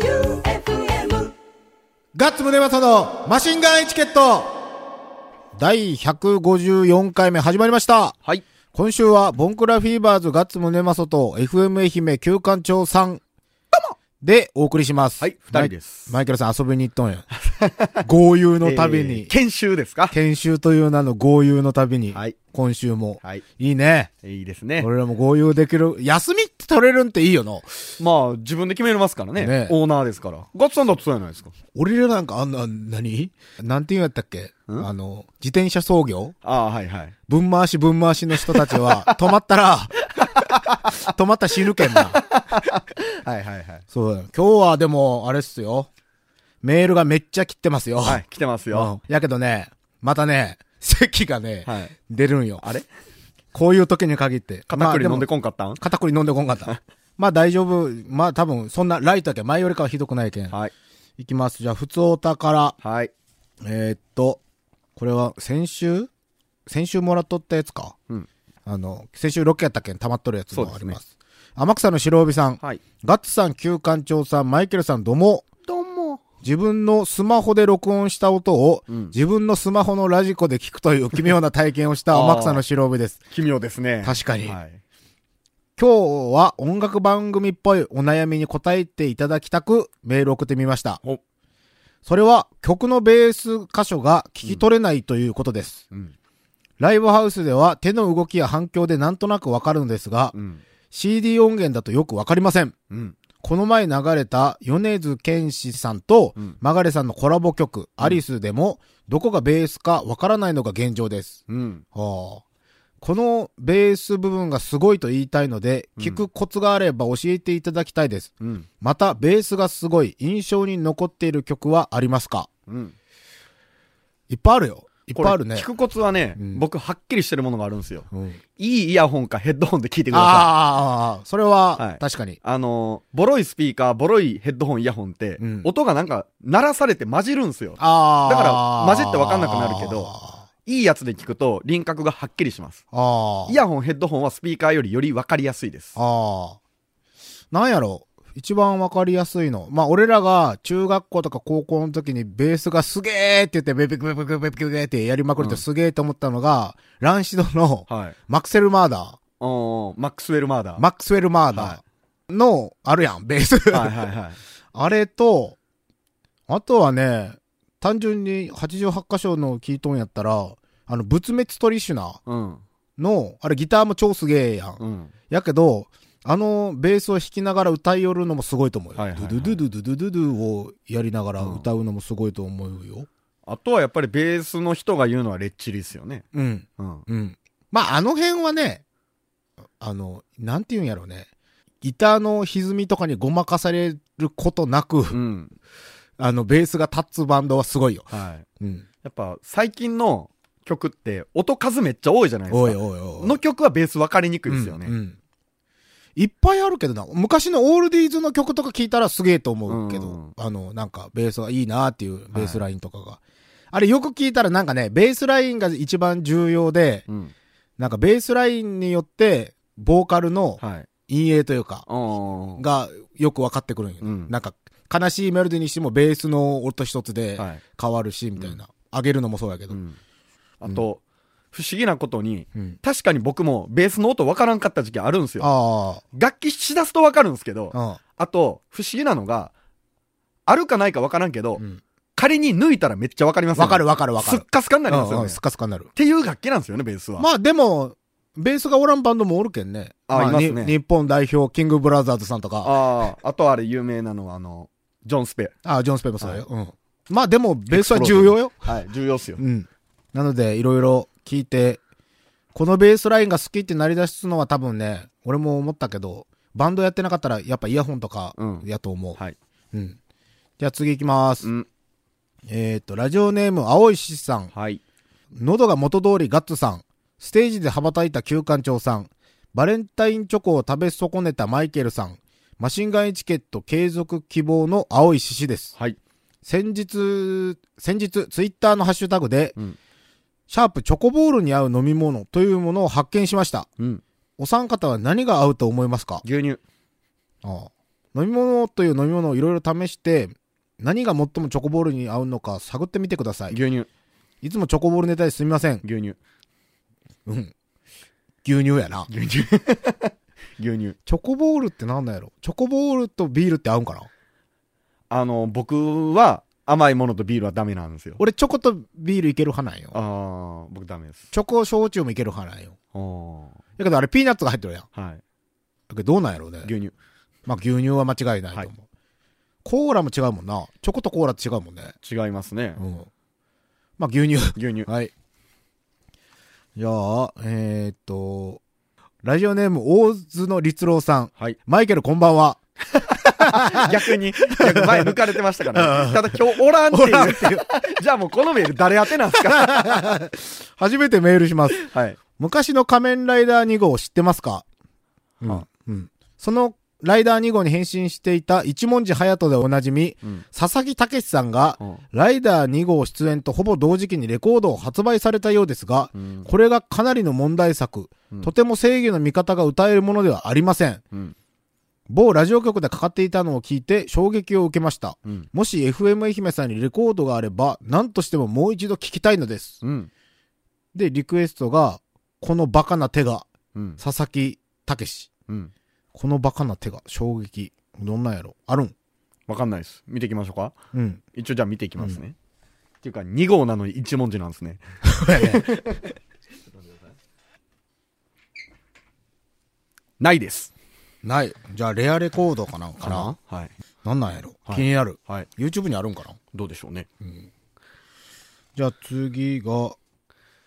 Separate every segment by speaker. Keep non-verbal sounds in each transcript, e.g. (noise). Speaker 1: J-O-E-U-F-M
Speaker 2: ガッツムネマソのマシンガンエチケット第154回目始まりました
Speaker 3: はい。
Speaker 2: 今週はボンクラフィーバーズガッツムネマソと FM 愛媛旧館長さんでお送りします。
Speaker 3: はい二人です
Speaker 2: マイ。マイケルさん遊びに行っとんや。豪遊の旅に、
Speaker 3: えー研修ですか
Speaker 2: 研修という名の豪遊の旅に、
Speaker 3: はい
Speaker 2: 今週も、
Speaker 3: はい。
Speaker 2: いいね。
Speaker 3: いいですね。
Speaker 2: 俺らも豪遊できる。休みって取れるんっていいよな。
Speaker 3: まあ、自分で決めれますからね。
Speaker 2: ね
Speaker 3: オーナーですから。ガッツさんだってそうじゃないですか。
Speaker 2: 俺らなんかあんな、何なんて言うんやったっけ
Speaker 3: ん
Speaker 2: あの、自転車操業
Speaker 3: ああ、はいはい。
Speaker 2: ぶん回しぶん回しの人たち
Speaker 3: (laughs)
Speaker 2: は、止まったら、止まったら死ぬけんな。
Speaker 3: はいはいはい。
Speaker 2: そうだよ。今日はでも、あれっすよ。メールがめっちゃ切ってますよ。
Speaker 3: はい、来てますよ。
Speaker 2: うんやけどね、またね、咳がね、
Speaker 3: はい
Speaker 2: 出るんよ。
Speaker 3: あれ
Speaker 2: こういう時に限って。
Speaker 3: 肩栗飲んで
Speaker 2: こん、
Speaker 3: こんかったん
Speaker 2: 肩こり飲んでこんかった。まあ大丈夫。まあ多分、そんなライトだけん前よりかはひどくないけん。い、
Speaker 3: はい。
Speaker 2: きます。じゃあ、普通おたから。
Speaker 3: はい。
Speaker 2: えーっと、これは先週先週もらっとったやつか。
Speaker 3: うん
Speaker 2: あの、先週ロケやったけん溜まっとるやつもあり
Speaker 3: そうで
Speaker 2: ますす。天草の白帯さん、
Speaker 3: はい。
Speaker 2: ガッツさん、旧館長さん、マイケルさん、どうも。
Speaker 3: どうも。
Speaker 2: 自分のスマホで録音した音を、
Speaker 3: うん
Speaker 2: 自分のスマホのラジコで聞くという奇妙な体験をした
Speaker 3: (laughs) あー
Speaker 2: 天草の白帯です。
Speaker 3: 奇妙ですね。
Speaker 2: 確かに
Speaker 3: はい。
Speaker 2: 今日は音楽番組っぽいお悩みに答えていただきたくメールを送ってみました
Speaker 3: お。
Speaker 2: それは曲のベース箇所が聞き取れないということです。
Speaker 3: うん。
Speaker 2: ライブハウスでは手の動きや反響でなんとなくわかるのですが、
Speaker 3: うん。
Speaker 2: CD 音源だとよくわかりません。
Speaker 3: うん。
Speaker 2: この前流れた米津玄師さんと
Speaker 3: うん
Speaker 2: マガレさんのコラボ曲、アリスでも、どこがベースかわからないのが現状です。
Speaker 3: うん。
Speaker 2: はあこのベース部分がすごいと言いたいので、聞くコツがあれば教えていただきたいです。
Speaker 3: うん。
Speaker 2: また、ベースがすごい印象に残っている曲はありますか
Speaker 3: うん。
Speaker 2: いっぱいあるよ。いっぱいあるね。
Speaker 3: 聞くコツはね
Speaker 2: うん、
Speaker 3: 僕、はっきりしてるものがあるんですよ。
Speaker 2: うん
Speaker 3: いいイヤホンかヘッドホンで聞いてください。
Speaker 2: ああ、それ
Speaker 3: は
Speaker 2: はい確かに。
Speaker 3: あのー、ボロいスピーカー、ボロいヘッドホン、イヤホンって
Speaker 2: うん、
Speaker 3: 音がなんか、鳴らされて混じるんですよ。
Speaker 2: ああ。
Speaker 3: だから混じって分かんなくなるけど
Speaker 2: あ
Speaker 3: いいやつで聞くと輪郭がはっきりします。
Speaker 2: あ。
Speaker 3: イ。ヤホン、ヘッドホンはスピーカーよりより分かりやすいです。
Speaker 2: ああ。なんやろ一番わかりやすいの。まあ、俺らが中学校とか高校の時にベースがすげえって言って、ベビクベビクベビクベビクってやりまくると
Speaker 3: うん
Speaker 2: すげえと思ったのが、ランシドの
Speaker 3: はい。
Speaker 2: マクセル・マーダ
Speaker 3: おーマックスウェル・マーダ
Speaker 2: ー、
Speaker 3: ー。
Speaker 2: マックスウェル・マーダーの、あるやん、ベース。
Speaker 3: はいはいはい。
Speaker 2: あれと、あとはね、単純に88箇所の聞いとんやったら、あの、仏滅トリシュナー。
Speaker 3: うん。
Speaker 2: の、あれギターも超すげえやん。
Speaker 3: うん。
Speaker 2: やけど、あのベースを弾きながら歌いよるのもすごいと思うよ。
Speaker 3: はいはいはい
Speaker 2: ドゥドゥドゥドゥドゥドゥドゥをやりながら歌うのもすごいと思うよ。
Speaker 3: あとはやっぱりベースの人が言うのはレッチリですよね。
Speaker 2: うん。
Speaker 3: うん。
Speaker 2: うん。まあ、あの辺はね、あの、なんて言うんやろうね。ギターの歪みとかにごまかされることなく、
Speaker 3: うん。
Speaker 2: あの、ベースが立つバンドはすごいよ。
Speaker 3: はい。
Speaker 2: うん。
Speaker 3: やっぱ最近の曲って音数めっちゃ多いじゃないですか。
Speaker 2: おいおいおい。
Speaker 3: の曲はベース分かりにくいですよ
Speaker 2: うんう
Speaker 3: ね。
Speaker 2: んいっぱいあるけどな。昔のオールディーズの曲とか聞いたらすげえと思うけど、
Speaker 3: うん
Speaker 2: あの、なんかベースがいいなっていうベースラインとかが。あれよく聞いたらなんかね、ベースラインが一番重要で、
Speaker 3: うん。
Speaker 2: なんかベースラインによって、ボーカルの
Speaker 3: はい。
Speaker 2: 陰影というか、
Speaker 3: うん。
Speaker 2: がよく分かってくるんよ、
Speaker 3: うん
Speaker 2: なんか悲しいメロディーにしてもベースの音一つで
Speaker 3: はい
Speaker 2: 変わるし、みたいな。上げるのもそうやけど。
Speaker 3: う
Speaker 2: うん。
Speaker 3: ん。あと、不思議なことに、
Speaker 2: うん
Speaker 3: 確かに僕もベースの音分からんかった時期あるんですよ。
Speaker 2: あ
Speaker 3: 楽器しだすと分かるんですけど、
Speaker 2: あ。
Speaker 3: あと、不思議なのが、あるかないか分からんけど、
Speaker 2: うん。
Speaker 3: 仮に抜いたらめっちゃ分かりますよ
Speaker 2: わ
Speaker 3: ね
Speaker 2: かるわかるわか
Speaker 3: す
Speaker 2: る。
Speaker 3: っかすかになります
Speaker 2: うん
Speaker 3: よ
Speaker 2: うん
Speaker 3: ね。
Speaker 2: ス
Speaker 3: っ
Speaker 2: カスカになる。
Speaker 3: ていう楽器なんですよね、ベースは。
Speaker 2: まあでも、ベースがおらんバンドもおるけんね。
Speaker 3: あいますね
Speaker 2: に日本代表、キングブラザーズさんとか、
Speaker 3: ああ、あとあれ有名なのは、あの、ジョン・スペ。
Speaker 2: あジョン・スペもそうだよ、うん。まあでも、ベースは重要よ。
Speaker 3: はい、重要
Speaker 2: (laughs)
Speaker 3: っすよ
Speaker 2: う。ん。なので、いろいろ聞いて、このベースラインが好きってなりだすのは多分ね、俺も思ったけど、バンドやってなかったら、やっぱイヤホンとか
Speaker 3: うん、
Speaker 2: やと思う。
Speaker 3: はい。
Speaker 2: うん。じゃあ次行きます。
Speaker 3: うん、
Speaker 2: えっと、ラジオネーム、青石さん。
Speaker 3: はい。
Speaker 2: 喉が元通りガッツさん、ステージで羽ばたいた旧館長さん、バレンタインチョコを食べ損ねたマイケルさん、マシンガンエチケット継続希望の青い獅子です。
Speaker 3: はい。
Speaker 2: 先日、先日、ツイッターのハッシュタグで、
Speaker 3: うん
Speaker 2: シャープチョコボールに合う飲み物というものを発見しました。
Speaker 3: うん。
Speaker 2: お三方は何が合うと思いますか
Speaker 3: 牛乳。
Speaker 2: ああ飲み物という飲み物をいろいろ試して、何が最もチョコボールに合うのか探ってみてください。
Speaker 3: 牛乳、
Speaker 2: いつもチョコボールネタですみません。
Speaker 3: 牛乳、
Speaker 2: うん。牛乳やな。
Speaker 3: 牛乳。牛乳。
Speaker 2: チョコボールってなんだやろチョコボールとビールって合うんかな
Speaker 3: あの、僕は甘いものとビールはダメなんですよ。
Speaker 2: 俺チョコとビールいける派なんよ。
Speaker 3: ああ、僕ダメです。
Speaker 2: チョコ焼酎もいける派なんよ。
Speaker 3: あー
Speaker 2: だけどあれピーナッツが入ってるやん。
Speaker 3: はい。
Speaker 2: だけどどうなんやろうね。
Speaker 3: 牛乳。
Speaker 2: まあ牛乳は間違いないと思う。
Speaker 3: は
Speaker 2: コーラも違うもんな。チョコとコーラって違うもんね。
Speaker 3: 違いますね
Speaker 2: う。ん。まあ牛乳。
Speaker 3: 牛乳。
Speaker 2: (laughs) はい。じゃあ、えー、っと、ラジオネーム、大津の律郎さん。
Speaker 3: はい。 (laughs)
Speaker 2: マイケルこんばんは。
Speaker 3: 逆に、逆前抜かれてました (laughs) から、ね、ただ今日おらんって
Speaker 2: おらん
Speaker 3: いう。 (laughs) じゃあもうこのメール誰宛てなんですか
Speaker 2: 初めてメールします。
Speaker 3: はい。
Speaker 2: 昔の仮面ライダー2号を知ってますか
Speaker 3: は
Speaker 2: うん。そのライダー2号に変身していた一文字隼人でおなじみ、
Speaker 3: うん
Speaker 2: 佐々木武さんが、
Speaker 3: うん
Speaker 2: ライダー2号出演とほぼ同時期にレコードを発売されたようですが、
Speaker 3: うん
Speaker 2: これがかなりの問題作、
Speaker 3: うん
Speaker 2: とても正義の味方が歌えるものではありません。
Speaker 3: うん。
Speaker 2: 某ラジオ局でかかっていたのを聞いて衝撃を受けました。
Speaker 3: うん。
Speaker 2: もし FM 愛媛さんにレコードがあれば、何としてももう一度聞きたいのです。
Speaker 3: うん。
Speaker 2: で、リクエストが、このバカな手が、
Speaker 3: うん。
Speaker 2: 佐々木武史。
Speaker 3: うん。
Speaker 2: このバカな手が、衝撃。どんなんやろあるん
Speaker 3: わかんないです。見ていきましょうか。
Speaker 2: うん。
Speaker 3: 一応じゃあ見ていきますね。っていうか、2号なのに1文字なんです (laughs) ね。ないです。
Speaker 2: ない。じゃあ、レアレコードかなんかな
Speaker 3: はい。
Speaker 2: なんなんやろ、
Speaker 3: はい
Speaker 2: 気になる。
Speaker 3: はい。
Speaker 2: YouTube にあるんかな
Speaker 3: どうでしょうね。
Speaker 2: じゃあ次が、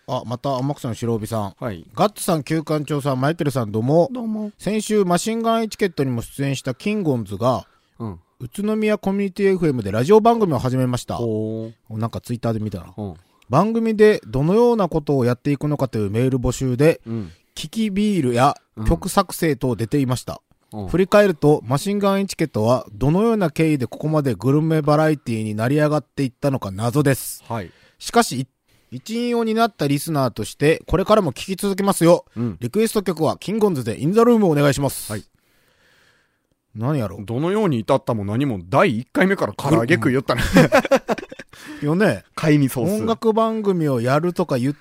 Speaker 2: あ、また天草の白帯さん。
Speaker 3: はい。
Speaker 2: ガッツさん、旧館長さん、マイケルさん、どうも。
Speaker 3: どうも。
Speaker 2: 先週、マシンガンエチケットにも出演したキンゴンズが、
Speaker 3: うん。
Speaker 2: 宇都宮コミュニティ FM でラジオ番組を始めました。
Speaker 3: おー。
Speaker 2: なんかツイッターで見たな。
Speaker 3: うん。
Speaker 2: 番組でどのようなことをやっていくのかというメール募集で、
Speaker 3: うん。
Speaker 2: キキビールや
Speaker 3: うん
Speaker 2: 曲作成等出ていました。
Speaker 3: うん
Speaker 2: 振り返ると、マシンガンエチケットはどのような経緯でここまでグルメバラエティに成り上がっていったのか謎です。
Speaker 3: はい。
Speaker 2: しかし、一員を担ったリスナーとして、これからも聴き続けますよ。
Speaker 3: うん。
Speaker 2: リクエスト曲は、キングオンズでインザルームをお願いします。
Speaker 3: はい。
Speaker 2: 何やろ
Speaker 3: どのように至ったも何も第1回目から唐揚げ食いよったね。
Speaker 2: うよね。
Speaker 3: (laughs) 買いにソース。
Speaker 2: 音楽番組をやるとか言っ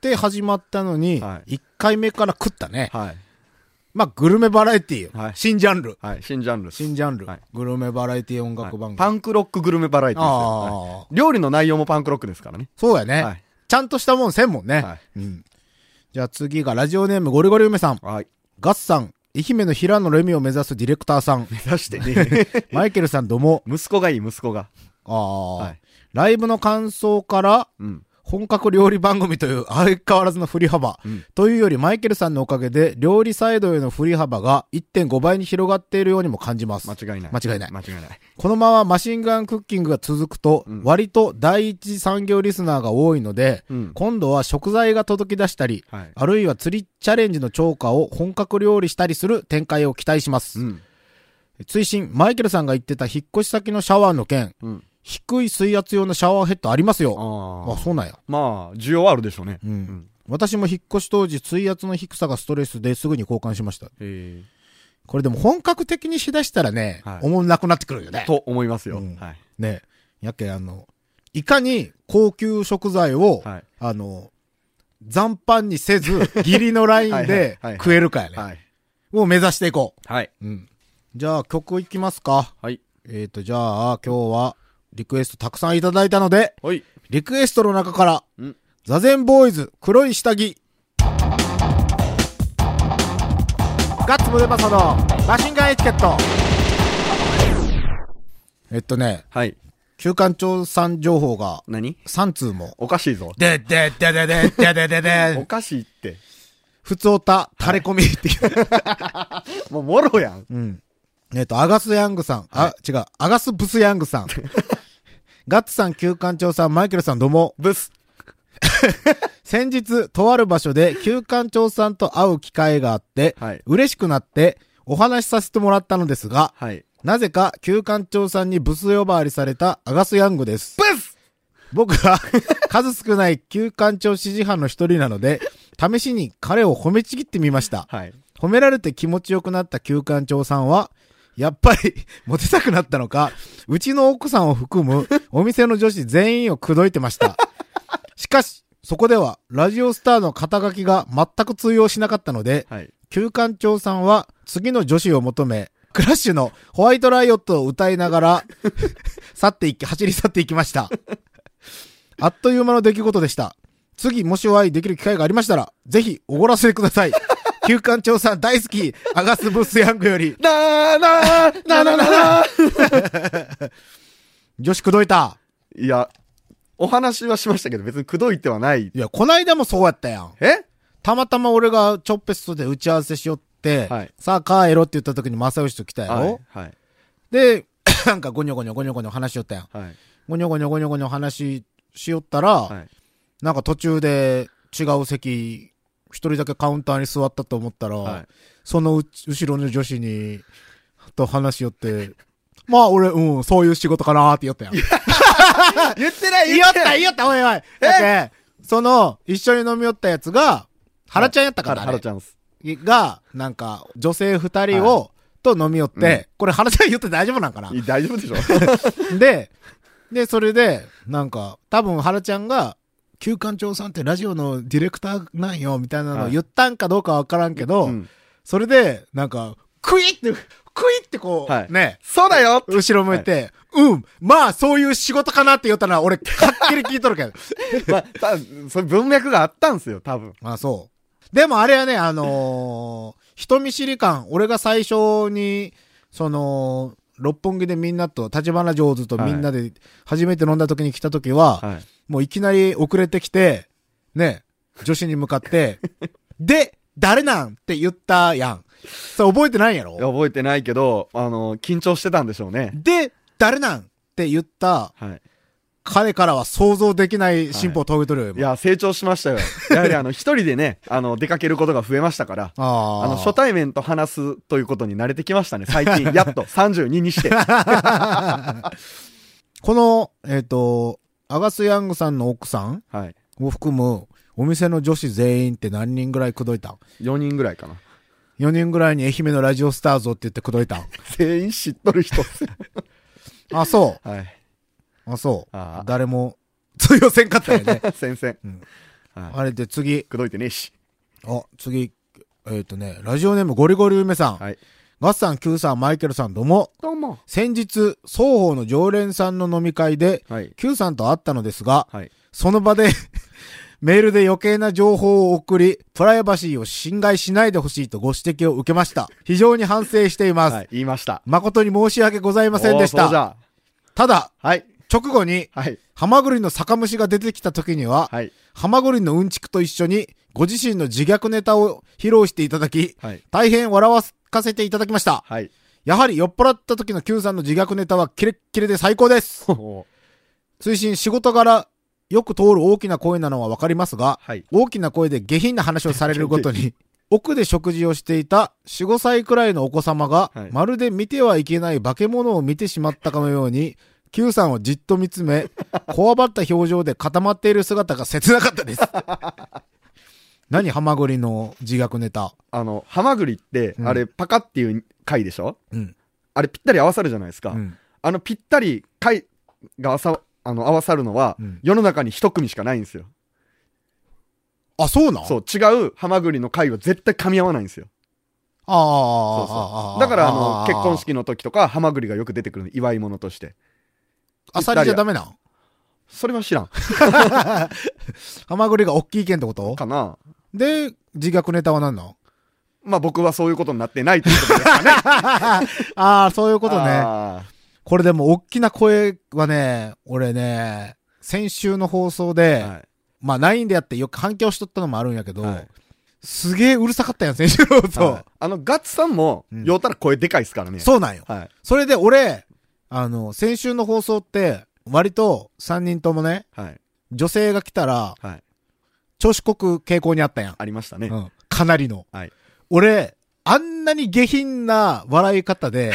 Speaker 2: て始まったのに、
Speaker 3: は
Speaker 2: 1回目から食ったね。
Speaker 3: はい。
Speaker 2: まあ、グルメバラエティーよ、
Speaker 3: はい
Speaker 2: 新ジャンル。
Speaker 3: はい。新ジャンルです。
Speaker 2: 新ジャンル、
Speaker 3: はい
Speaker 2: グルメバラエティ音
Speaker 3: はい
Speaker 2: 楽番組。
Speaker 3: パンクロックグルメバラエティですよはい
Speaker 2: ああ、
Speaker 3: 料理の内容もパンクロックですからね。
Speaker 2: そうやね、
Speaker 3: はい
Speaker 2: ちゃんとしたもんせんもんね。
Speaker 3: は
Speaker 2: うん。じゃあ次がラジオネームゴリゴリ梅さん。
Speaker 3: はい。
Speaker 2: ガッさん。愛媛の平野レミを目指すディレクターさん。
Speaker 3: 目指してね。
Speaker 2: (laughs) マイケルさんどうも。
Speaker 3: (laughs) 息子がいい、息子が。
Speaker 2: ああ、
Speaker 3: はい。
Speaker 2: ライブの感想から、
Speaker 3: うん。
Speaker 2: 本格料理番組という相変わらずの振り幅、
Speaker 3: うん
Speaker 2: というよりマイケルさんのおかげで料理サイドへの振り幅が1.5倍に広がっているようにも感じます。
Speaker 3: 間違いない。
Speaker 2: 間違いない
Speaker 3: 間違いない。
Speaker 2: このままマシンガンクッキングが続くと、
Speaker 3: うん
Speaker 2: 割と第一次産業リスナーが多いので、
Speaker 3: うん。
Speaker 2: 今度は食材が届き出したり、
Speaker 3: はい。
Speaker 2: あるいは釣りチャレンジの超過を本格料理したりする展開を期待します。
Speaker 3: うん。
Speaker 2: 追伸、マイケルさんが言ってた引っ越し先のシャワーの件、
Speaker 3: うん。
Speaker 2: 低い水圧用のシャワーヘッドありますよ。
Speaker 3: あ
Speaker 2: あ、
Speaker 3: あ。
Speaker 2: そうなんや。
Speaker 3: まあ、需要はあるでしょうね。
Speaker 2: うん
Speaker 3: うん。
Speaker 2: 私も引っ越し当時、水圧の低さがストレスですぐに交換しました。
Speaker 3: え
Speaker 2: これでも本格的にしだしたらね、
Speaker 3: はい
Speaker 2: おもんなくなってくるよ
Speaker 3: え。
Speaker 2: ね。
Speaker 3: と思いますよ。
Speaker 2: うん
Speaker 3: はい。
Speaker 2: ね。やけ、あの、いかに高級食材を、
Speaker 3: はい
Speaker 2: あの、残飯にせず、
Speaker 3: (laughs)
Speaker 2: 義理のラインで
Speaker 3: はいはいはいはい
Speaker 2: 食えるかやね。
Speaker 3: はい。
Speaker 2: を目指していこ
Speaker 3: はい。
Speaker 2: う。うん。じゃあ曲いきますか。
Speaker 3: はい。
Speaker 2: えーと、じゃあ今日はリクエストたくさんいただいたので、
Speaker 3: はい。
Speaker 2: リクエストの中から、
Speaker 3: うん
Speaker 2: ザゼンボーイズ黒い下着。ガッツムデパソのマシンガンエチケット。えっとね、
Speaker 3: はい。
Speaker 2: 旧館長さん情報が
Speaker 3: 何
Speaker 2: 3通も。
Speaker 3: おかしいぞ。
Speaker 2: で、で、で、で、で、で、で、で、(laughs)
Speaker 3: お
Speaker 2: で、
Speaker 3: かしいって。
Speaker 2: ふつおた、垂れ込みっていう。
Speaker 3: もう、もろやん。
Speaker 2: うん。えっと、アガス・ヤングさん。あ、違う。アガス・ブス・ヤングさ (laughs) ん。ガッツさん、旧館長さん、マイケルさん、どうも。
Speaker 3: ブス。
Speaker 2: 先日、とある場所で旧館長さんと会う機会があって、
Speaker 3: はい
Speaker 2: 嬉しくなって、お話しさせてもらったのですが、
Speaker 3: はい。
Speaker 2: なぜか旧館長さんにブス呼ばわりされたアガス・ヤングです。
Speaker 3: ブス
Speaker 2: 僕は (laughs) 数少ない旧館長支持派の一人なので、試しに彼を褒めちぎってみました。
Speaker 3: はい。
Speaker 2: 褒められて気持ちよくなった旧館長さんは、やっぱり、 (laughs) モテたくなったのか、うちの奥さんを含むお店の女子全員を口説いてました。しかし、そこでは、ラジオスターの肩書きが全く通用しなかったので、
Speaker 3: はい。
Speaker 2: 旧館長さんは次の女子を求め、クラッシュのホワイトライオットを歌いながら、
Speaker 3: (laughs)
Speaker 2: 去っていき、走り去っていきました。あっという間の出来事でした。次、もしお会いできる機会がありましたら、ぜひ、おごらせてください。旧館長さん大好き、アガス・ブース・ヤングより、
Speaker 3: なーなーなーなーなーなー
Speaker 2: 女子口説いた。
Speaker 3: いや、お話はしましたけど、別に口説いてはない。
Speaker 2: いや、こないだもそうやったやん。
Speaker 3: え
Speaker 2: たまたま俺がチョッペスとで打ち合わせしよって、
Speaker 3: はい
Speaker 2: さあ帰ろって言った時に正義と来たやろ、
Speaker 3: はい。はい。
Speaker 2: で、なんかゴニョゴニョゴニョゴニョ話しよったやん。
Speaker 3: はい。
Speaker 2: ゴニョゴニョゴニョゴニョ話しよったら、
Speaker 3: はい。
Speaker 2: なんか途中で違う席、一人だけカウンターに座ったと思ったら、
Speaker 3: はい
Speaker 2: そのうち後ろの女子に、と話しよって、 (laughs) まあ俺、うん、そういう仕事かなーって言ったやん。
Speaker 3: 言ってない
Speaker 2: 言いよった言いよったおいおいだって、その、一緒に飲み寄ったやつが、ハラちゃんやったから、
Speaker 3: は
Speaker 2: あ
Speaker 3: ら
Speaker 2: れ
Speaker 3: ちゃんっす。
Speaker 2: が、なんか、女性二人を、と飲み寄って、
Speaker 3: うん
Speaker 2: これハラちゃん言って大丈夫なんかない
Speaker 3: 大丈夫でしょ
Speaker 2: で、で、それで、なんか、多分ハラちゃんが、旧館長さんってラジオのディレクターなんよ、みたいなのを言ったんかどうかわからんけど、
Speaker 3: うん
Speaker 2: それで、なんか、クイって、クイってこう、
Speaker 3: はい
Speaker 2: ね、
Speaker 3: (laughs) そうだよ
Speaker 2: 後ろ向いて、うん、まあ、そういう仕事かなって言ったのは、俺、はっきり聞いとるけど。 (laughs)
Speaker 3: まあ、たその文脈があったんすよ、多分。
Speaker 2: あ、そう。でもあれはね、あのー人見知り感、俺が最初に、その、六本木でみんなと、立花上手とみんなで初めて飲んだ時に来た時は、
Speaker 3: はい。
Speaker 2: もういきなり遅れてきて、ね、女子に向か
Speaker 3: (laughs)
Speaker 2: って、で、誰なんって言ったやん。それ覚えてないんやろ
Speaker 3: 覚えてないけど、あの、緊張してたんでしょうね。
Speaker 2: で、誰なんって言った
Speaker 3: はい。
Speaker 2: 彼からは想像できない進歩を遂げとるよ、
Speaker 3: い
Speaker 2: 今。
Speaker 3: や、成長しましたよ。やはりあの、一人でね、あの、出かけることが増えましたから、
Speaker 2: あー
Speaker 3: あの、初対面と話すということに慣れてきましたね、最 (laughs) 近。やっと、32にして。は
Speaker 2: この、えっ、と、アガス・ヤングさんの奥さん
Speaker 3: い。
Speaker 2: を含むお店の女子全員って何人ぐらい口説いたん
Speaker 3: 4人ぐらいかな。
Speaker 2: ?4 人ぐらいに愛媛のラジオスターズをって言って口説いたん
Speaker 3: 全員知っとる人。
Speaker 2: あ、そ
Speaker 3: はい。
Speaker 2: う。あ、そう
Speaker 3: あー。
Speaker 2: 誰も通用せんかったよ
Speaker 3: (laughs)
Speaker 2: ね。
Speaker 3: (laughs) 先生。
Speaker 2: うん
Speaker 3: はい。
Speaker 2: あれで次。
Speaker 3: くどいてねえし。
Speaker 2: あ、次。えっ、とね、ラジオネームゴリゴリ梅さん。
Speaker 3: はい。
Speaker 2: ガッサン、キューさん、マイケルさん、どうも。
Speaker 3: どうも。
Speaker 2: 先日、双方の常連さんの飲み会で、
Speaker 3: はい。
Speaker 2: Q さんと会ったのですが、
Speaker 3: はい。
Speaker 2: その場で、 (laughs) メールで余計な情報を送り、プライバシーを侵害しないでほしいとご指摘を受けました。非常に反省しています。
Speaker 3: はい。言いました。
Speaker 2: 誠に申し訳ございませんでし
Speaker 3: おーそうじ
Speaker 2: た。
Speaker 3: ゃ
Speaker 2: ただ、
Speaker 3: はい。
Speaker 2: 直後に、
Speaker 3: はい。
Speaker 2: ハマグリの酒蒸しが出てきた時には、
Speaker 3: はい。
Speaker 2: ハマグリのうんちくと一緒に、ご自身の自虐ネタを披露していただき、
Speaker 3: はい。
Speaker 2: 大変笑わかせていただきました。
Speaker 3: はい。
Speaker 2: やはり酔っ払った時の Q さんの自虐ネタはキレッキレで最高です。
Speaker 3: おー
Speaker 2: 推進仕事柄、よく通る大きな声なのはわかりますが、
Speaker 3: はい。
Speaker 2: 大きな声で下品な話をされるごと
Speaker 3: (laughs)
Speaker 2: に、奥で食事をしていた4、5歳くらいのお子様が、
Speaker 3: はい
Speaker 2: まるで見てはいけない化け物を見てしまったかのように、Q さんをじっと見つめ、 (laughs) こわばった表情で固まっている姿が切なか
Speaker 3: (laughs)
Speaker 2: ったです。何ハマグリの自虐ネタ。
Speaker 3: あの、ハマグリって、
Speaker 2: うん
Speaker 3: あれ、パカっていう回でしょ
Speaker 2: うん。
Speaker 3: あれ、ぴったり合わさるじゃないですか。
Speaker 2: うん。
Speaker 3: あの、ぴったり回が合わさ、あの、合わさるのは、
Speaker 2: うん
Speaker 3: 世の中に一組しかないんですよ。
Speaker 2: あ、そうなん。
Speaker 3: そうう、違うハマグリの回は絶対噛み合わないんですよ。
Speaker 2: ああ
Speaker 3: そう
Speaker 2: あ
Speaker 3: そ
Speaker 2: あ。
Speaker 3: う。だから、あ
Speaker 2: あ
Speaker 3: の、
Speaker 2: あ
Speaker 3: 結婚。式の時とか、ハマグリがよく出てくるの祝い物として。
Speaker 2: あさりじゃダメなん
Speaker 3: それは
Speaker 2: (laughs)
Speaker 3: 知らん。
Speaker 2: ハマグリが大きい件ってこと
Speaker 3: かな
Speaker 2: で、自虐ネタは何なの
Speaker 3: まあ僕はそういうことになってないということです
Speaker 2: (laughs) ああ、そういうことね。
Speaker 3: あ
Speaker 2: これでも、大きな声はね、俺ね、先週の放送で、
Speaker 3: ーはい
Speaker 2: まあ、9でやってよく反響しとったのもあるんやけど、
Speaker 3: はい
Speaker 2: すげえうるさかったやん、先週の放送。
Speaker 3: はいあの、ガッツさんも、
Speaker 2: うん
Speaker 3: ようたら声でかいですから
Speaker 2: (laughs)
Speaker 3: ね。
Speaker 2: そうなんよ。
Speaker 3: はい。
Speaker 2: それで俺、あの、先週の放送って、割と3人ともね、
Speaker 3: はい。
Speaker 2: 女性が来たら、
Speaker 3: はい。
Speaker 2: 調子こく傾向にあったやん。
Speaker 3: ありましたね。
Speaker 2: うん、かなりの。
Speaker 3: はい。
Speaker 2: 俺、あんなに下品な笑い方 (laughs) で、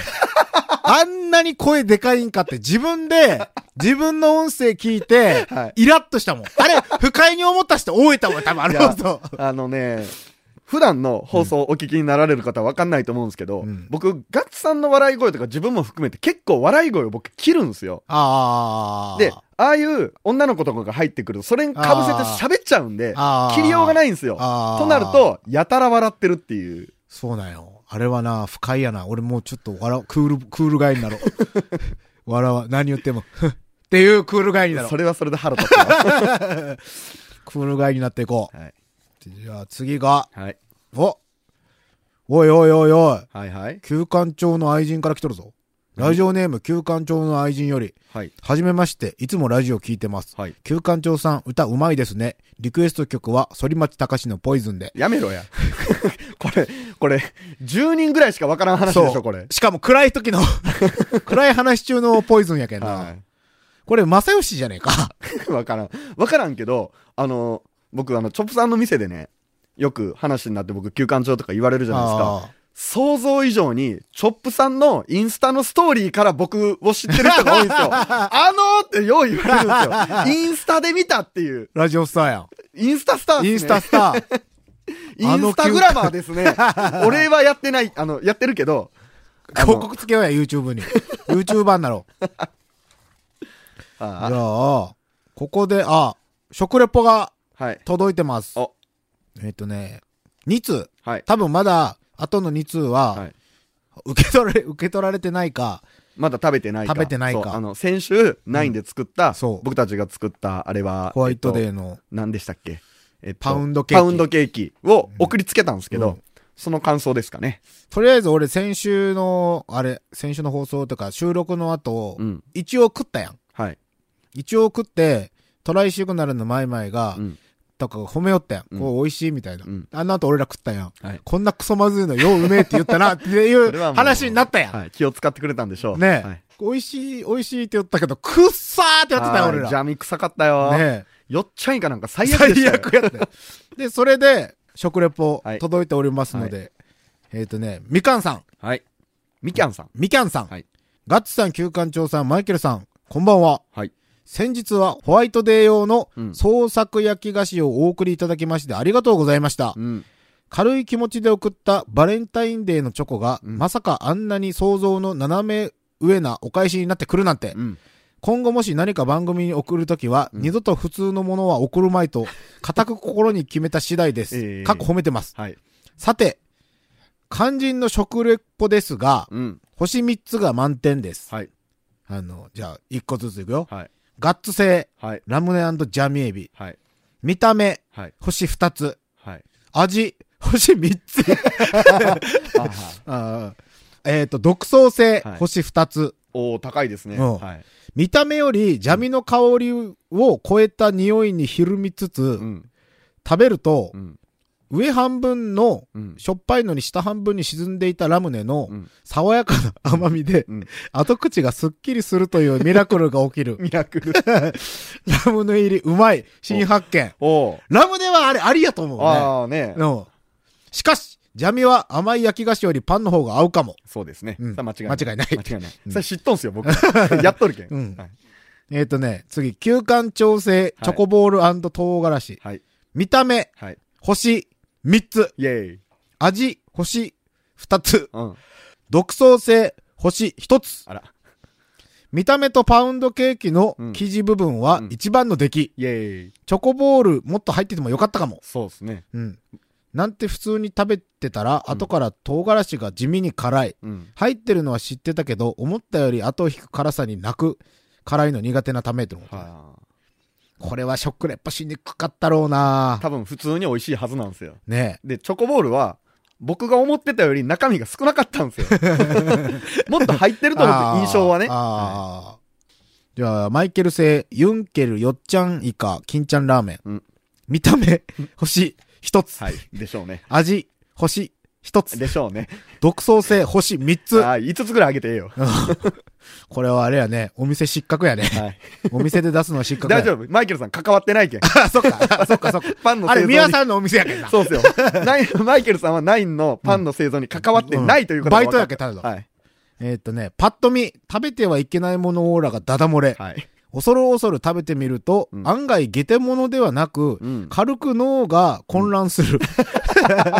Speaker 2: あんなに声でかいんかって自分で、自分の音声聞いて、
Speaker 3: は
Speaker 2: イラッとしたもん。あれ、不快に思った人多いと思う、多分あの
Speaker 3: いや
Speaker 2: こと。
Speaker 3: あのね、普段の放送をお聞きになられる方は分かんないと思うんですけど、
Speaker 2: うん
Speaker 3: 僕、ガッツさんの笑い声とか自分も含めて結構笑い声を僕切るんですよ。
Speaker 2: ああ。
Speaker 3: で、ああいう女の子とかが入ってくると、それに被せて喋っちゃうんで、
Speaker 2: あー
Speaker 3: 切りようがないんですよ。
Speaker 2: あー
Speaker 3: となると、やたら笑ってるっていう。
Speaker 2: そうなんよ。あれはな、不快やな。俺もうちょっと笑う、クール、クールガイになろう。 (laughs) 笑わ、何言っても、 (laughs) ふっっていうクールガイになろう
Speaker 3: そ。れはそれで腹立ってます。
Speaker 2: クールガイになっていこ
Speaker 3: はい。
Speaker 2: う。じゃあ次が、
Speaker 3: はい。
Speaker 2: おおいおいおいおい、
Speaker 3: はいはい。
Speaker 2: 旧館長の愛人から来とるぞ。ラジオネーム、旧館長の愛人より、
Speaker 3: はい。
Speaker 2: はじめまして、いつもラジオ聞いてます。
Speaker 3: はい。
Speaker 2: 旧館長さん、歌うまいですね。リクエスト曲は、反町隆史のポイズンで。
Speaker 3: やめろや。 (laughs) これ、これ、10人ぐらいしかわからん話でしょ、これ。
Speaker 2: しかも暗い時の、 (laughs) 暗い話中のポイズンやけんな。
Speaker 3: は
Speaker 2: これ、正義じゃねえか。
Speaker 3: い。 (laughs) わからん。わからんけど、あの、僕、あの、チョップさんの店でね、よく話になって僕、休館長とか言われるじゃないですか。
Speaker 2: あ
Speaker 3: 想像以上に、チョップさんのインスタのストーリーから僕を知ってる人が多い
Speaker 2: (laughs)
Speaker 3: んですよ。あのーってよう言われるんですよ。インスタで見たっていう。
Speaker 2: ーラジオスターやん。
Speaker 3: インスタスターですね。
Speaker 2: インスタスター。
Speaker 3: インスタグラマーですね。俺はやってない、あの、やってるけど、あの
Speaker 2: 広告つけようや、YouTube に。YouTuber になろう。じゃ
Speaker 3: あ
Speaker 2: あ、ここで、あ、食レポが
Speaker 3: あはい。
Speaker 2: 届いてます。
Speaker 3: お
Speaker 2: えっ、とね、2通。
Speaker 3: はい。
Speaker 2: 多分まだ、後の2通は、
Speaker 3: はい
Speaker 2: 受け取れ、受け取られてないか、
Speaker 3: まだ食べてないか。
Speaker 2: 食べてないか
Speaker 3: そうあの、先週、ナインで作った、
Speaker 2: そう
Speaker 3: 僕たちが作った、あれは、
Speaker 2: ホワイト
Speaker 3: えっ
Speaker 2: デ
Speaker 3: と
Speaker 2: ーの、
Speaker 3: 何でしたっけえっと
Speaker 2: パウンドケーキ
Speaker 3: パウンドケーキを送りつけたんですけ
Speaker 2: う
Speaker 3: ど、
Speaker 2: ん
Speaker 3: その感想ですかね。
Speaker 2: とりあえず俺先週の、あれ、先週の放送とか収録の後、
Speaker 3: うん。
Speaker 2: 一応食ったやん。
Speaker 3: はい。
Speaker 2: 一応食って、トライシグナルのマイマイが、
Speaker 3: うん。
Speaker 2: とか褒めよったやん。
Speaker 3: うん
Speaker 2: こう美味しいみたいな。
Speaker 3: うん
Speaker 2: あの後俺ら食ったやん。
Speaker 3: はい。
Speaker 2: こんなクソまずいのよううめえって言った
Speaker 3: (laughs)
Speaker 2: なってい
Speaker 3: そうれはもう
Speaker 2: 話になったやん。
Speaker 3: はい。気を使ってくれたんでしょう。
Speaker 2: ねえ、
Speaker 3: はい。
Speaker 2: 美味しい、美味しいって言ったけど、くっさーってやってたよ俺
Speaker 3: ジ
Speaker 2: ら。
Speaker 3: ャミ臭かったよ。
Speaker 2: ね
Speaker 3: よっちゃいかなんか最
Speaker 2: え。
Speaker 3: 悪でした
Speaker 2: 最
Speaker 3: よ。
Speaker 2: 悪やったよで、それで、食レポ
Speaker 3: はい
Speaker 2: 届いておりますので、えっ、とね、みかんさん、
Speaker 3: はい。みきゃんさん。
Speaker 2: みきゃんさん、
Speaker 3: はい
Speaker 2: ガッツさん、旧館長さん、マイケルさん、こんばんは。
Speaker 3: はい。
Speaker 2: 先日はホワイトデー用の
Speaker 3: うん
Speaker 2: 創作焼き菓子をお送りいただきましてありがとうございました。
Speaker 3: うん。
Speaker 2: 軽い気持ちで送ったバレンタインデーのチョコが、
Speaker 3: うん
Speaker 2: まさかあんなに想像の斜め上なお返しになってくるなんて、
Speaker 3: うん。
Speaker 2: 今後もし何か番組に送るときは、
Speaker 3: うん
Speaker 2: 二度と普通のものは送るまいと、固く心に決めた次第で
Speaker 3: え
Speaker 2: す。
Speaker 3: え
Speaker 2: かっこ褒めてます。
Speaker 3: はい。
Speaker 2: さて、肝心の食レポですが、
Speaker 3: うん。
Speaker 2: 星3つが満点です。
Speaker 3: はい。
Speaker 2: あの、じゃあ、1個ずついくよ。
Speaker 3: はい。
Speaker 2: ガッツ製、
Speaker 3: はい。
Speaker 2: ラムネジャミエビ。
Speaker 3: はい。
Speaker 2: 見た目、
Speaker 3: はい。
Speaker 2: 星2つ。
Speaker 3: はい。
Speaker 2: 味、星3つ。
Speaker 3: あはい
Speaker 2: あーえっ、と、独創性、
Speaker 3: はい
Speaker 2: 星2つ。
Speaker 3: (laughs) おー高いですね。
Speaker 2: うん
Speaker 3: はい。
Speaker 2: 見た目より邪味の香りを超えた匂いにひるみつつ、
Speaker 3: うん。
Speaker 2: 食べると
Speaker 3: う、ん。
Speaker 2: 上半分の
Speaker 3: うん。
Speaker 2: しょっぱいのに下半分に沈んでいたラムネの
Speaker 3: うん
Speaker 2: 爽やかな甘みで、
Speaker 3: うん
Speaker 2: 後口がすっきりするというミラクルが起きる。
Speaker 3: ミラクル。
Speaker 2: ラムネ入りうまい、新発見。
Speaker 3: (laughs)
Speaker 2: (laughs)
Speaker 3: おー
Speaker 2: ラムネはあれありやと思うね。
Speaker 3: ああね。
Speaker 2: うん、しかし、邪味は甘い焼き菓子よりパンの方が合うかも。
Speaker 3: そうですね。
Speaker 2: うん
Speaker 3: さあ間違いな
Speaker 2: 間
Speaker 3: い。
Speaker 2: 違いない
Speaker 3: 間違いない。
Speaker 2: うん
Speaker 3: それ知っとんすよ、僕。 (laughs) やっとるけん。
Speaker 2: うん
Speaker 3: はい
Speaker 2: (laughs) えっ、とね、次、休館調整、チョコボール唐辛子。
Speaker 3: はい。
Speaker 2: 見た目、
Speaker 3: はい。
Speaker 2: 星3つ。
Speaker 3: イェイ。
Speaker 2: 味、星2つ。
Speaker 3: うん。
Speaker 2: 独創性、星1つ。
Speaker 3: あら。
Speaker 2: 見た目とパウンドケーキの
Speaker 3: うん
Speaker 2: 生地部分は
Speaker 3: うん
Speaker 2: 一番の出来。
Speaker 3: イェイ。
Speaker 2: チョコボールもっと入っててもよかったかも。
Speaker 3: そうですね。
Speaker 2: うん。なんて普通に食べてたら、
Speaker 3: うん
Speaker 2: 後から唐辛子が地味に辛い。
Speaker 3: うん。
Speaker 2: 入ってるのは知ってたけど、思ったより後を引く辛さに泣く。辛いの苦手なためってのも
Speaker 3: は
Speaker 2: これは食レポしにくかったろうな
Speaker 3: あ。多分普通に美味しいはずなんですよ。
Speaker 2: ね
Speaker 3: で、チョコボールは、僕が思ってたより中身が少なかったんですよ。
Speaker 2: (laughs)
Speaker 3: もっと入って
Speaker 2: え。
Speaker 3: ると思って、印象はね。
Speaker 2: あーあー、じゃあ、マイケル製、ユンケル、よっちゃんイカ、金ちゃんラーメン。
Speaker 3: うん
Speaker 2: 見た目、星、一つ。
Speaker 3: はい。でしょうね。
Speaker 2: 味、星、一つ。
Speaker 3: でしょうね。
Speaker 2: 独創性、星、三つ。
Speaker 3: はい。5つぐらいあげてええよ。
Speaker 2: これはあれやね、お店失格やね。
Speaker 3: はい。
Speaker 2: お店で出すのは失格や。
Speaker 3: 大 (laughs) 丈夫。マイケルさん関わってないけん。
Speaker 2: 夫。そっか、そっ
Speaker 3: (laughs)
Speaker 2: か、そっか。
Speaker 3: パンの
Speaker 2: あれ、
Speaker 3: 製造に。
Speaker 2: 宮さんのお店やけんな。
Speaker 3: そうですよ。ナインマイケルさんはナインのパンの製造に関わってないということが
Speaker 2: バイト
Speaker 3: 分かっ
Speaker 2: やけん、ただの。
Speaker 3: はい。
Speaker 2: えーっとね、パッと見、食べてはいけないものオーラがダダ漏れ。
Speaker 3: はい。
Speaker 2: 恐る恐る食べてみると、
Speaker 3: うん
Speaker 2: 案外下手物ではなく、
Speaker 3: うん。
Speaker 2: 軽く脳が混乱する。
Speaker 3: (laughs)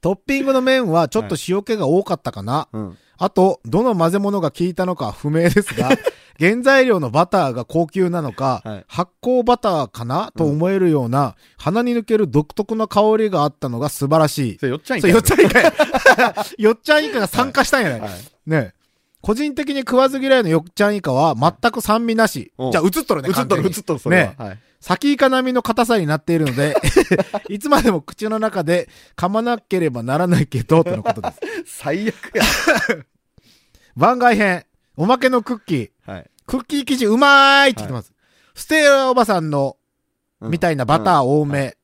Speaker 2: トッピングの麺はちょっと塩気が多かったかな。
Speaker 3: うん。
Speaker 2: あと、どの混ぜ物が効いたのかは不明です
Speaker 3: (laughs)
Speaker 2: が、原材料のバターが高級なのか、
Speaker 3: はい
Speaker 2: 発酵バターかなと思えるような、鼻に抜ける独特の香りがあったのが素晴らしい。
Speaker 3: それ、よっちゃんい
Speaker 2: そう、
Speaker 3: かん
Speaker 2: よっちゃんいかや。
Speaker 3: (laughs)
Speaker 2: よっちゃんいかが参加したんやない、
Speaker 3: はい。
Speaker 2: ねえ個人的に食わず嫌いのよっちゃんいかは全く酸味なし。
Speaker 3: うん
Speaker 2: じゃあ映っとるね、
Speaker 3: 映っと
Speaker 2: 完
Speaker 3: る、
Speaker 2: 全に
Speaker 3: 映っとる、それは。
Speaker 2: ね
Speaker 3: はい。
Speaker 2: 先イカ並みの硬さになっているの
Speaker 3: (laughs)
Speaker 2: で、いつまでも口の中で噛まなければならないけど、とのことです。
Speaker 3: 最悪や。
Speaker 2: 番外編、おまけのクッキー、
Speaker 3: はい。
Speaker 2: クッキー生地うまーいって言ってます。ステラおばさんの、
Speaker 3: うん
Speaker 2: みたいなバター多め。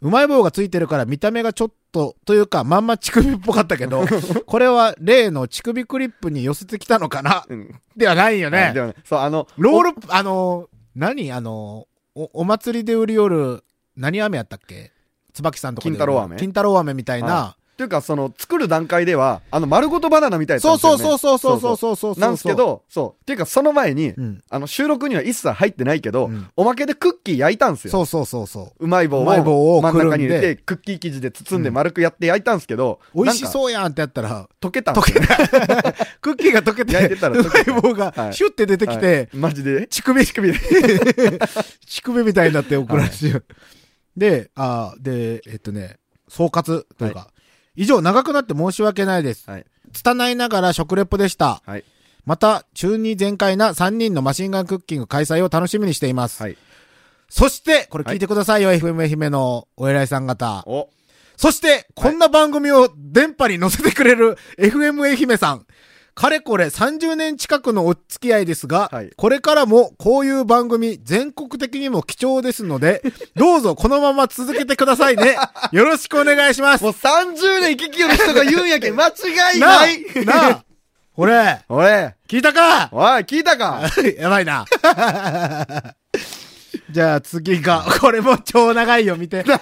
Speaker 2: うまい棒がついてるから見た目がちょっと、というか、まんま乳首っぽかったけど、これは例の乳首クリップに寄せてきたのかな
Speaker 3: うん。
Speaker 2: ではないよね
Speaker 3: で。もね、そう、あの、
Speaker 2: ロー
Speaker 3: ル、
Speaker 2: ル、あのー、何あのー、お、お祭りで売りよる、何飴やったっけ椿さんとかで売る。
Speaker 3: 金太郎飴
Speaker 2: 金太郎飴みたいな
Speaker 3: は。というか、その、作る段階では、あの、丸ごとバナナみたいな
Speaker 2: そう
Speaker 3: やつ
Speaker 2: そう
Speaker 3: なんですよ
Speaker 2: そう
Speaker 3: ね
Speaker 2: そうそうそうそうそう。
Speaker 3: なんですけ。ど、そう。っていうか、その前に
Speaker 2: う、ん。
Speaker 3: あの、収録には一切入ってないけど
Speaker 2: うん、
Speaker 3: おまけでクッキー焼いたんですよ。
Speaker 2: そうそうそうそう
Speaker 3: まい棒
Speaker 2: うまい棒を
Speaker 3: を真ん中に入れ
Speaker 2: くるん
Speaker 3: て、クッキー生地で包んで丸くやって焼いたんですけど、
Speaker 2: う。美味し
Speaker 3: う。
Speaker 2: そうやんってやったら、
Speaker 3: 溶けたん
Speaker 2: 溶
Speaker 3: です
Speaker 2: け
Speaker 3: よね。
Speaker 2: た。クッキーが溶けて、
Speaker 3: 焼いてたら
Speaker 2: う
Speaker 3: 溶けて
Speaker 2: まい棒
Speaker 3: は
Speaker 2: が、
Speaker 3: い
Speaker 2: シュッて出てきて、
Speaker 3: はいマジで
Speaker 2: 乳首、乳首、乳首みたいになって怒られてる。で、あーで、えっとね、総括というか、以上長くなって申し訳ないです。
Speaker 3: はい。
Speaker 2: 拙いながら食レポでした。
Speaker 3: はい。
Speaker 2: また、中に全開な3人のマシンガンクッキング開催を楽しみにしています。
Speaker 3: はい。
Speaker 2: そして、これ聞いてくださいよ、FM 愛媛のお偉いさん方。
Speaker 3: お、
Speaker 2: そして、こんな番組を電波に乗せてくれる FM 愛媛さん。かれこれ30年近くのお付き合いですが、
Speaker 3: はい
Speaker 2: これからもこういう番組全国的にも貴重ですの
Speaker 3: (laughs)
Speaker 2: で、どうぞこのまま続けてくださいね。よろしくお願いします
Speaker 3: もう。30年聞きよる人が言うんやけん、間違い
Speaker 2: なあ
Speaker 3: ない、
Speaker 2: なあ、これ、
Speaker 3: おい、
Speaker 2: 聞いたか
Speaker 3: おい、聞いたか
Speaker 2: (laughs) やばい
Speaker 3: (laughs)
Speaker 2: な。じゃあ次が、これも超長いよ、見
Speaker 3: (laughs)
Speaker 2: て。こ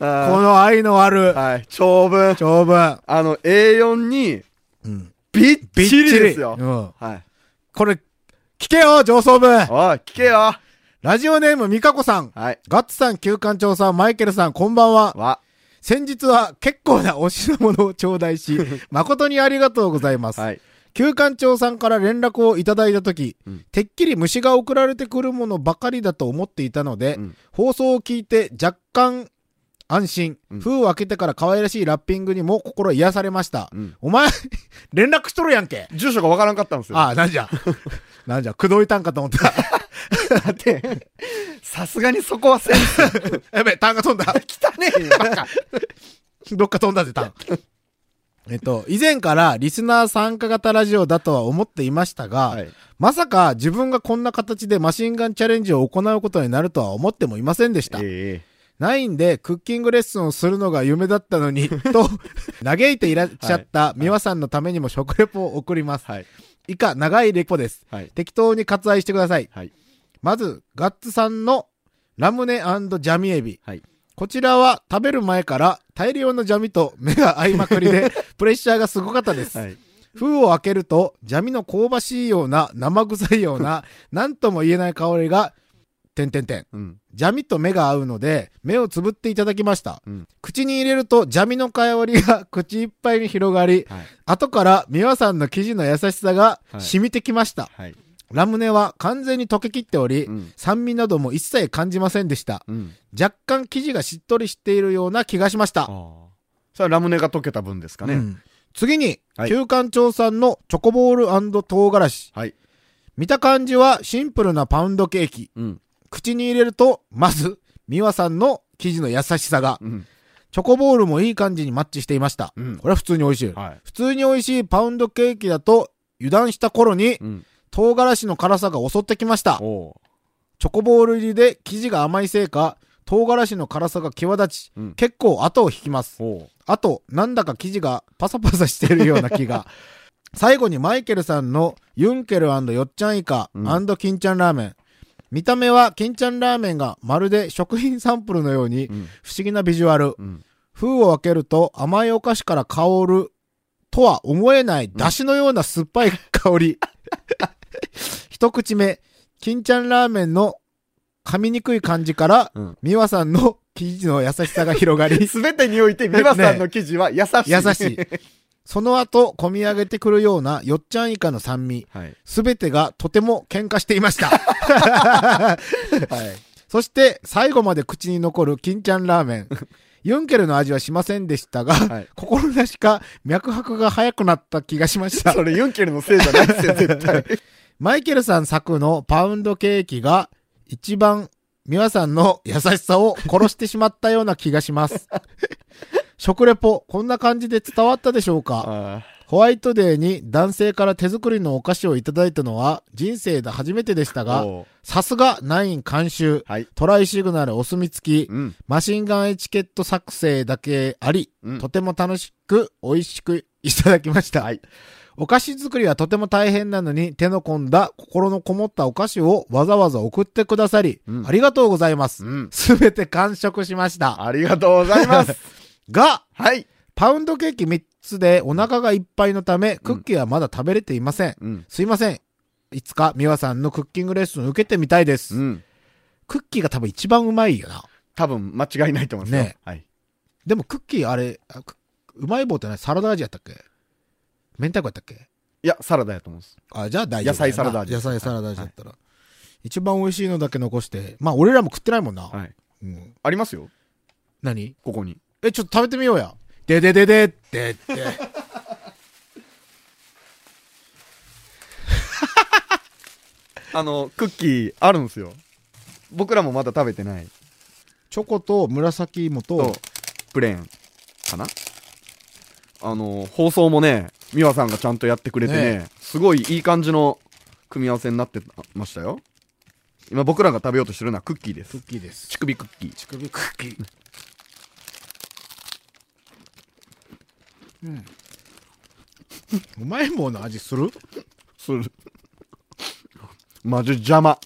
Speaker 3: あ
Speaker 2: の愛のある
Speaker 3: ーはい、長文。
Speaker 2: 長文。
Speaker 3: あの、A4 に、
Speaker 2: うん。
Speaker 3: びっ
Speaker 2: びっ
Speaker 3: ち
Speaker 2: ち
Speaker 3: り
Speaker 2: り
Speaker 3: ですよ。
Speaker 2: うん
Speaker 3: はい。
Speaker 2: これ、聞けよ、上層部
Speaker 3: おい、聞けよ。
Speaker 2: ラジオネーム、みかこさん。
Speaker 3: はい。
Speaker 2: ガッツさん、旧館長さん、マイケルさん、こんばんは。
Speaker 3: わ、
Speaker 2: 先日は結構な推しのものを頂戴
Speaker 3: (laughs)
Speaker 2: し、誠にありがとうございます。
Speaker 3: はい。
Speaker 2: 旧館長さんから連絡をいただいたとき、
Speaker 3: うん
Speaker 2: てっきり虫が送られてくるものばかりだと思っていたので、
Speaker 3: うん
Speaker 2: 放送を聞いて若干安心、
Speaker 3: うん
Speaker 2: 封を開けてから可愛らしいラッピングにも心癒されました。
Speaker 3: うん。
Speaker 2: お前、 (laughs) 連絡しとるやんけ。
Speaker 3: 住所がわからんかったんですよ。
Speaker 2: ああ、なんじゃ。なんじゃ、口説いたんかと思った。
Speaker 3: だって、さすがにそこはせん。
Speaker 2: やべえ、タンが飛ん
Speaker 3: (laughs)
Speaker 2: だ。
Speaker 3: 汚ねえよ。
Speaker 2: どっか飛んだぜ、タン。えっと、以前からリスナー参加型ラジオだとは思っていましたが、
Speaker 3: はい。
Speaker 2: まさか自分がこんな形でマシンガンチャレンジを行うことになるとは思ってもいませんでした。
Speaker 3: え
Speaker 2: ないんで、クッキングレッスンをするのが夢だったの
Speaker 3: (laughs)
Speaker 2: に、と、嘆いていらっしゃった美和さんのためにも食レポを送ります。
Speaker 3: はい。
Speaker 2: 以下、長いレポです。
Speaker 3: はい。
Speaker 2: 適当に割愛してください。
Speaker 3: はい。
Speaker 2: まず、ガッツさんのラムネジャミエビ。
Speaker 3: はい
Speaker 2: こちらは食べる前から大量のジャミと目が合いまくり
Speaker 3: (laughs)
Speaker 2: でプレッシャーがすごかったです。
Speaker 3: はい。
Speaker 2: 封を開けるとジャミの香ばしいような生臭いよう
Speaker 3: (laughs)
Speaker 2: ななんとも言えない香りが、てんてんてん。
Speaker 3: うん。
Speaker 2: ジャミと目が合うので目をつぶっていただきました。
Speaker 3: うん
Speaker 2: 口に入れるとジャミの香りが (laughs) 口いっぱいに広がり、
Speaker 3: はい。
Speaker 2: 後から美和さんの生地の優しさが
Speaker 3: はい
Speaker 2: 染みてきました。
Speaker 3: はい。
Speaker 2: ラムネは完全に溶けきっており、
Speaker 3: うん
Speaker 2: 酸味なども一切感じませんでした。
Speaker 3: うん。
Speaker 2: 若干生地がしっとりしているような気がしました。
Speaker 3: ああ。それはラムネが溶けた分ですか
Speaker 2: う
Speaker 3: ね。
Speaker 2: ん次に、
Speaker 3: はい
Speaker 2: 旧館長さんのチョコボール唐辛子。
Speaker 3: はい。
Speaker 2: 見た感じはシンプルなパウンドケーキ。
Speaker 3: うん。
Speaker 2: 口に入れると、まず、美和さんの生地の優しさが、
Speaker 3: うん。
Speaker 2: チョコボールもいい感じにマッチしていました。
Speaker 3: うん
Speaker 2: これは普通に美味しい。
Speaker 3: はい。
Speaker 2: 普通に美味しいパウンドケーキだと、油断した頃に
Speaker 3: うん。
Speaker 2: 唐辛子の辛さが襲ってきました。
Speaker 3: おう
Speaker 2: チョコボール入りで生地が甘いせいか、唐辛子の辛さが際立ち、
Speaker 3: うん
Speaker 2: 結構後を引きます。
Speaker 3: おう
Speaker 2: あと、なんだか生地がパサパサしてるような気
Speaker 3: (laughs)
Speaker 2: が。最後にマイケルさんのユンケルよっちゃんイカ
Speaker 3: うん
Speaker 2: キンちゃんラーメン。見た目はキンちゃんラーメンがまるで食品サンプルのように
Speaker 3: うん。
Speaker 2: 不思議なビジュアル。
Speaker 3: うん。
Speaker 2: 封を開けると甘いお菓子から香
Speaker 3: (laughs)
Speaker 2: るとは思えない出汁のような酸っぱい香り。一口目、金ちゃんラーメンの噛みにくい感じから、
Speaker 3: うん
Speaker 2: 美和さんの生地の優しさが広が
Speaker 3: (laughs)
Speaker 2: り、
Speaker 3: すべてにおいて、美和さんの記事 (laughs) は優しい。
Speaker 2: 優しい。。その後、込み上げてくるようなよっちゃん以下の酸味、
Speaker 3: はい。
Speaker 2: すべてがとても喧嘩していました。
Speaker 3: はい。
Speaker 2: そして、最後まで口に残る金ちゃんラーメン。ユンケルの味はしませんでしたが、
Speaker 3: (laughs) はい
Speaker 2: 心なしか脈拍が速くなった気がしました。
Speaker 3: それユンケルのせいじゃないですよ、絶対。
Speaker 2: マイケルさん作のパウンドケーキが一番美和さんの優しさを殺してしまったような気がします。食レポ、こんな感じで伝わったでしょうか
Speaker 3: あ
Speaker 2: ホワイトデーに男性から手作りのお菓子をいただいたのは人生で初めてでした
Speaker 3: あ。
Speaker 2: が、
Speaker 3: おう
Speaker 2: さすがナイン監修、
Speaker 3: はい。
Speaker 2: トライシグナルお墨付き、
Speaker 3: うん。
Speaker 2: マシンガンエチケット作成だけあり、
Speaker 3: うん
Speaker 2: とても楽しく美味しくいただきました。
Speaker 3: はい
Speaker 2: お菓子作りはとても大変なのに手の込んだ心のこもったお菓子をわざわざ送ってくださり、
Speaker 3: うん
Speaker 2: ありがとうございます。
Speaker 3: うん。
Speaker 2: すべて完食しました。
Speaker 3: ありがとうござい
Speaker 2: (laughs)
Speaker 3: ます。
Speaker 2: が、
Speaker 3: はい。
Speaker 2: パウンドケーキ3つでお腹がいっぱいのため、クッキーはまだ食べれていません。
Speaker 3: うん。
Speaker 2: すいません。いつか美和さんのクッキングレッスン受けてみたいです。
Speaker 3: うん。
Speaker 2: クッキーが多分一番うまいよな。
Speaker 3: 多分、間違いないと思いますよ
Speaker 2: ね。
Speaker 3: はい。
Speaker 2: でもクッキーあれ、あクうまい棒ってね、サラダ味やったっけ明太子やったっけ
Speaker 3: いや、サラダやと思うんです。
Speaker 2: あ、じゃあ大丈夫。
Speaker 3: 野菜サラダ味
Speaker 2: 野菜サラダ味だったら。一番美味しいのだけ残して。まあ俺らも食ってないもんな。
Speaker 3: はい。
Speaker 2: うん。
Speaker 3: ありますよ、
Speaker 2: 何
Speaker 3: ここに。
Speaker 2: え、ちょっと食べてみようや。ででででって (laughs) って。
Speaker 3: あの、クッキーあるんですよ。僕らもまだ食べてない。
Speaker 2: チョコと紫芋と
Speaker 3: と、プレーンかなあの、放送もね、美和さんがちゃんとやってくれてね、すごいいい感じの組み合わせになってましたよ。今僕らが食べようとしてるのはクッキーで
Speaker 2: クッ
Speaker 3: す。
Speaker 2: キーです。
Speaker 3: 乳首クッキー。
Speaker 2: 乳首クッキー。うん。うまい棒の味する
Speaker 3: する。マジ邪魔。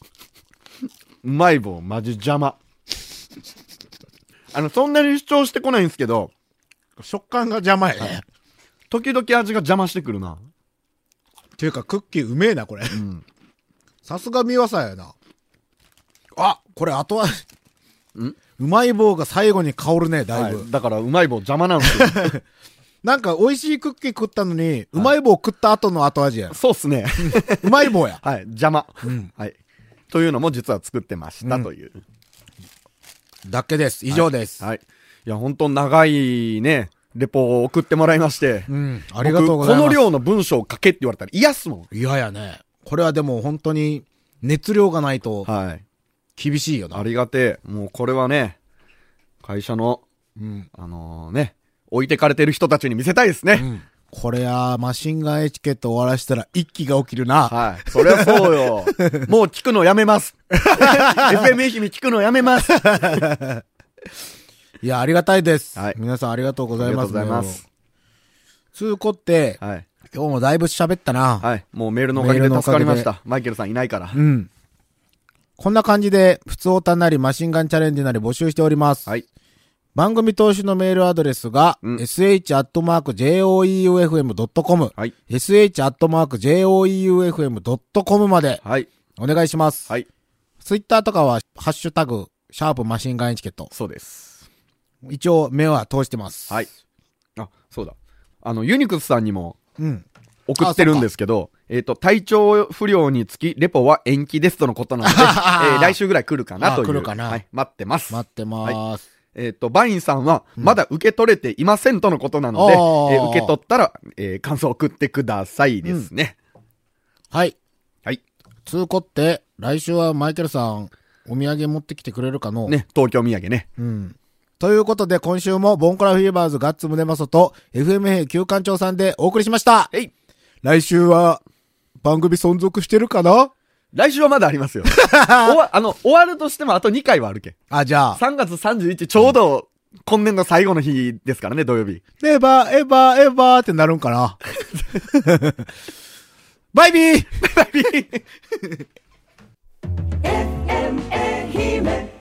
Speaker 3: うまい棒、マジ邪魔。あの、そんなに主張してこないんですけど、
Speaker 2: 食感が邪魔やね。
Speaker 3: 時々味が邪魔してくるな。
Speaker 2: っていうか、クッキーうめえな、これ。
Speaker 3: ん
Speaker 2: さすが美和さんやな。あ、これ後は、うまい棒が最後に香るね、だいぶ。
Speaker 3: はいだから、うまい棒邪魔な
Speaker 2: (laughs)
Speaker 3: んですよ。
Speaker 2: なんか、美味しいクッキー食ったのに、うまい棒食った後の後味や。
Speaker 3: そうっすね。
Speaker 2: うまい棒や。
Speaker 3: (laughs) はい、邪魔。
Speaker 2: ん
Speaker 3: はい。というのも実は作ってましたという。
Speaker 2: (laughs) だけです。以上です。
Speaker 3: はい。いや、本当長いね、レポを送ってもらいまして。
Speaker 2: うん。ありがとうございます。
Speaker 3: 僕この量の文章を書けって言われたら嫌っすもん。
Speaker 2: 嫌やね。これはでも本当に、熱量がないと
Speaker 3: はい。
Speaker 2: 厳しいよな。
Speaker 3: ありがてえ。もうこれはね、会社の、
Speaker 2: うん。
Speaker 3: あのね、置いてかれてる人たちに見せたいですね。
Speaker 2: うん。これや、マシンガンエチケット終わらしたら一気が起きるな。
Speaker 3: はい。そりゃそう (laughs) よ。もう聞くのやめ (laughs) ます。FM 愛媛聞くのやめます。あ
Speaker 2: いや、ありがたいです。
Speaker 3: はい
Speaker 2: 皆さんありがとうござい
Speaker 3: りが
Speaker 2: ま
Speaker 3: とう
Speaker 2: す。
Speaker 3: ございます。
Speaker 2: 通こって、
Speaker 3: はい。
Speaker 2: 今日もだいぶ喋ったな。
Speaker 3: はい。もうメールのおかげで助かりました。マイケルさんいないから。
Speaker 2: うん。こんな感じで、普通オタなりマシンガンチャレンジなり募集しております。
Speaker 3: はい。
Speaker 2: 番組投資のメールアドレスが、
Speaker 3: うん
Speaker 2: sh.joeufm.com、
Speaker 3: はい。
Speaker 2: sh.joeufm.com まで
Speaker 3: はい。
Speaker 2: お願いします。
Speaker 3: はい。
Speaker 2: ツイッターとかは、ハッシュタグ、シャープマシンガンエチケット。
Speaker 3: そうです。
Speaker 2: 一応、目は通してます。
Speaker 3: はい。。あ、そうだ。あの、ユニクスさんにも
Speaker 2: うん。
Speaker 3: 送ってるんですけど、えっ、と、体調不良につき、レポは延期ですとのこと (laughs) なので、えー来週ぐらい来るかなという。
Speaker 2: あ来るかな
Speaker 3: はい。待ってます。
Speaker 2: 待ってます。
Speaker 3: えっ、と、バインさんは、まだ受け取れていませんとのことなので、
Speaker 2: あー
Speaker 3: えー受け取ったら、えー感想送ってくださいですね。
Speaker 2: はい。
Speaker 3: はい。
Speaker 2: 通こって、来週はマイケルさん、お土産持ってきてくれるかの。。
Speaker 3: ね、東京土産ね。
Speaker 2: うん。ということで、今週も、ボンコラフィーバーズガッツムネマソと、FMA 旧館長さんでお送りしました。
Speaker 3: えい。
Speaker 2: 来週は、番組存続してるかな
Speaker 3: 来週はまだありま
Speaker 2: (laughs)
Speaker 3: すよ。終わ、あの、終わるとしてもあと2回はあるけん。
Speaker 2: あ、じゃあ、
Speaker 3: 3月31ちょうど、今年の最後の日ですからね、土曜日。
Speaker 2: エヴァ、エヴァ、エヴァってなるんかなバイ
Speaker 3: (laughs)
Speaker 2: ビー
Speaker 1: FME